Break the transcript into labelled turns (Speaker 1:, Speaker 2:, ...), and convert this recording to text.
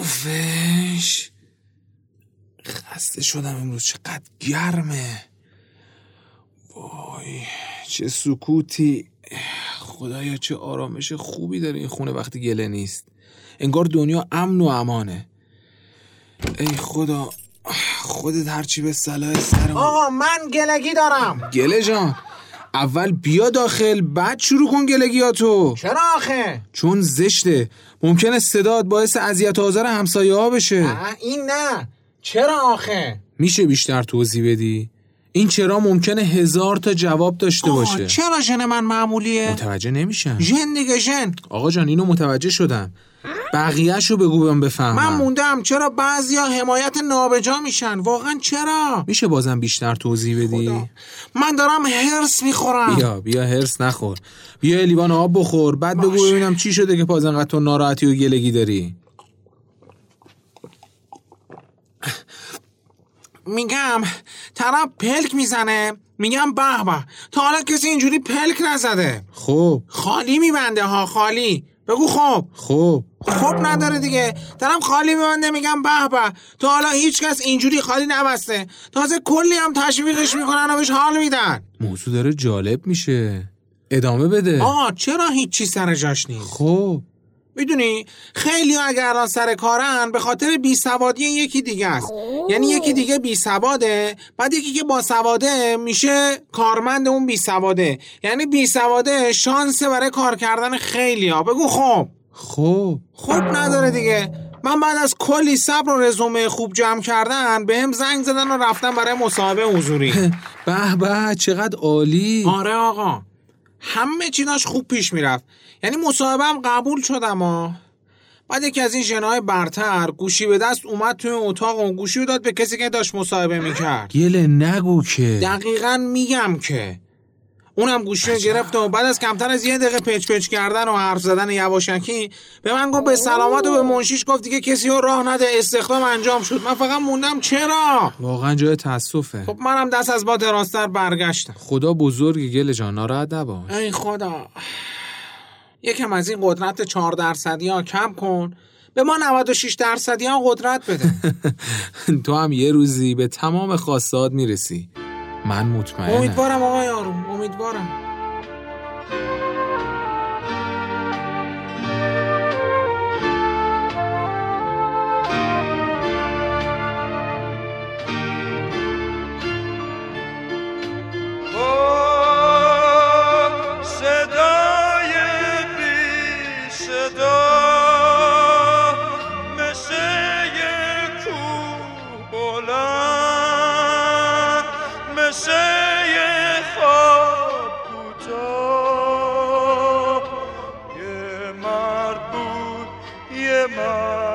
Speaker 1: پفش خسته شدم امروز چقدر گرمه وای چه سکوتی خدایا چه آرامش خوبی داره این خونه وقتی گله نیست انگار دنیا امن و امانه ای خدا خودت هرچی به صلاح سرم
Speaker 2: آقا من گلگی دارم
Speaker 1: گله جان اول بیا داخل بعد شروع کن گلگیاتو
Speaker 2: چرا آخه
Speaker 1: چون زشته ممکنه صداد باعث اذیت و آزار همسایه ها بشه
Speaker 2: اه، این نه چرا آخه
Speaker 1: میشه بیشتر توضیح بدی این چرا ممکنه هزار تا جواب داشته باشه
Speaker 2: آه، چرا ژن من معمولیه
Speaker 1: متوجه نمیشن
Speaker 2: ژن دیگه ژن
Speaker 1: آقا جان اینو متوجه شدم بقیهشو بگو بهم
Speaker 2: من
Speaker 1: بفهمم
Speaker 2: موندم چرا بعضیا حمایت نابجا میشن واقعا چرا
Speaker 1: میشه بازم بیشتر توضیح بدی
Speaker 2: من دارم هرس میخورم
Speaker 1: بیا بیا هرس نخور بیا یه لیوان آب بخور بعد بگو ببینم چی شده که باز انقدر تو ناراحتی و گلگی داری
Speaker 2: میگم طرف پلک میزنه میگم به به تا حالا کسی اینجوری پلک نزده
Speaker 1: خب
Speaker 2: خالی میبنده ها خالی بگو خب
Speaker 1: خب
Speaker 2: خب نداره دیگه دارم خالی میبنده میگم به به تا حالا هیچ کس اینجوری خالی نبسته تازه کلی هم تشویقش میکنن و بهش حال میدن
Speaker 1: موضوع داره جالب میشه ادامه بده
Speaker 2: آه چرا هیچی سر جاش نیست
Speaker 1: خب
Speaker 2: میدونی خیلی اگر الان سر کارن به خاطر بی سوادی یکی دیگه است یعنی یکی دیگه بی سواده بعد یکی که با سواده میشه کارمند اون بی سواده یعنی بی سواده شانس برای کار کردن خیلی ها بگو خب
Speaker 1: خب
Speaker 2: خب نداره دیگه من بعد از کلی صبر و رزومه خوب جمع کردن به هم زنگ زدن و رفتم برای مصاحبه حضوری
Speaker 1: به به چقدر عالی
Speaker 2: آره آقا همه چی داشت خوب پیش میرفت یعنی مصاحبه هم قبول شدم ها بعد یکی از این ژنای برتر گوشی به دست اومد توی اتاق و گوشی رو داد به کسی که داشت مصاحبه میکرد
Speaker 1: گله نگو که
Speaker 2: دقیقا میگم که اونم گوشی رو گرفت و بعد از کمتر از یه دقیقه پچ پچ کردن و حرف زدن یواشکی به من گفت به سلامت و به منشیش گفت دیگه کسی رو راه نده استخدام انجام شد من فقط موندم چرا
Speaker 1: واقعا جای تاسفه
Speaker 2: خب منم دست از باد راستر برگشتم
Speaker 1: خدا بزرگ گله جان ناراحت نباش
Speaker 2: ای خدا یکم از این قدرت 4 درصدی ها کم کن به ما 96 درصدی ها قدرت بده
Speaker 1: تو هم یه روزی به تمام خواستات میرسی من مطمئنم
Speaker 2: امیدوارم آقای آروم امیدوارم
Speaker 3: با صدای بی صدا مثل یک کوه بلند مثل یک خواب کوتاه یه مرد بود یه مرد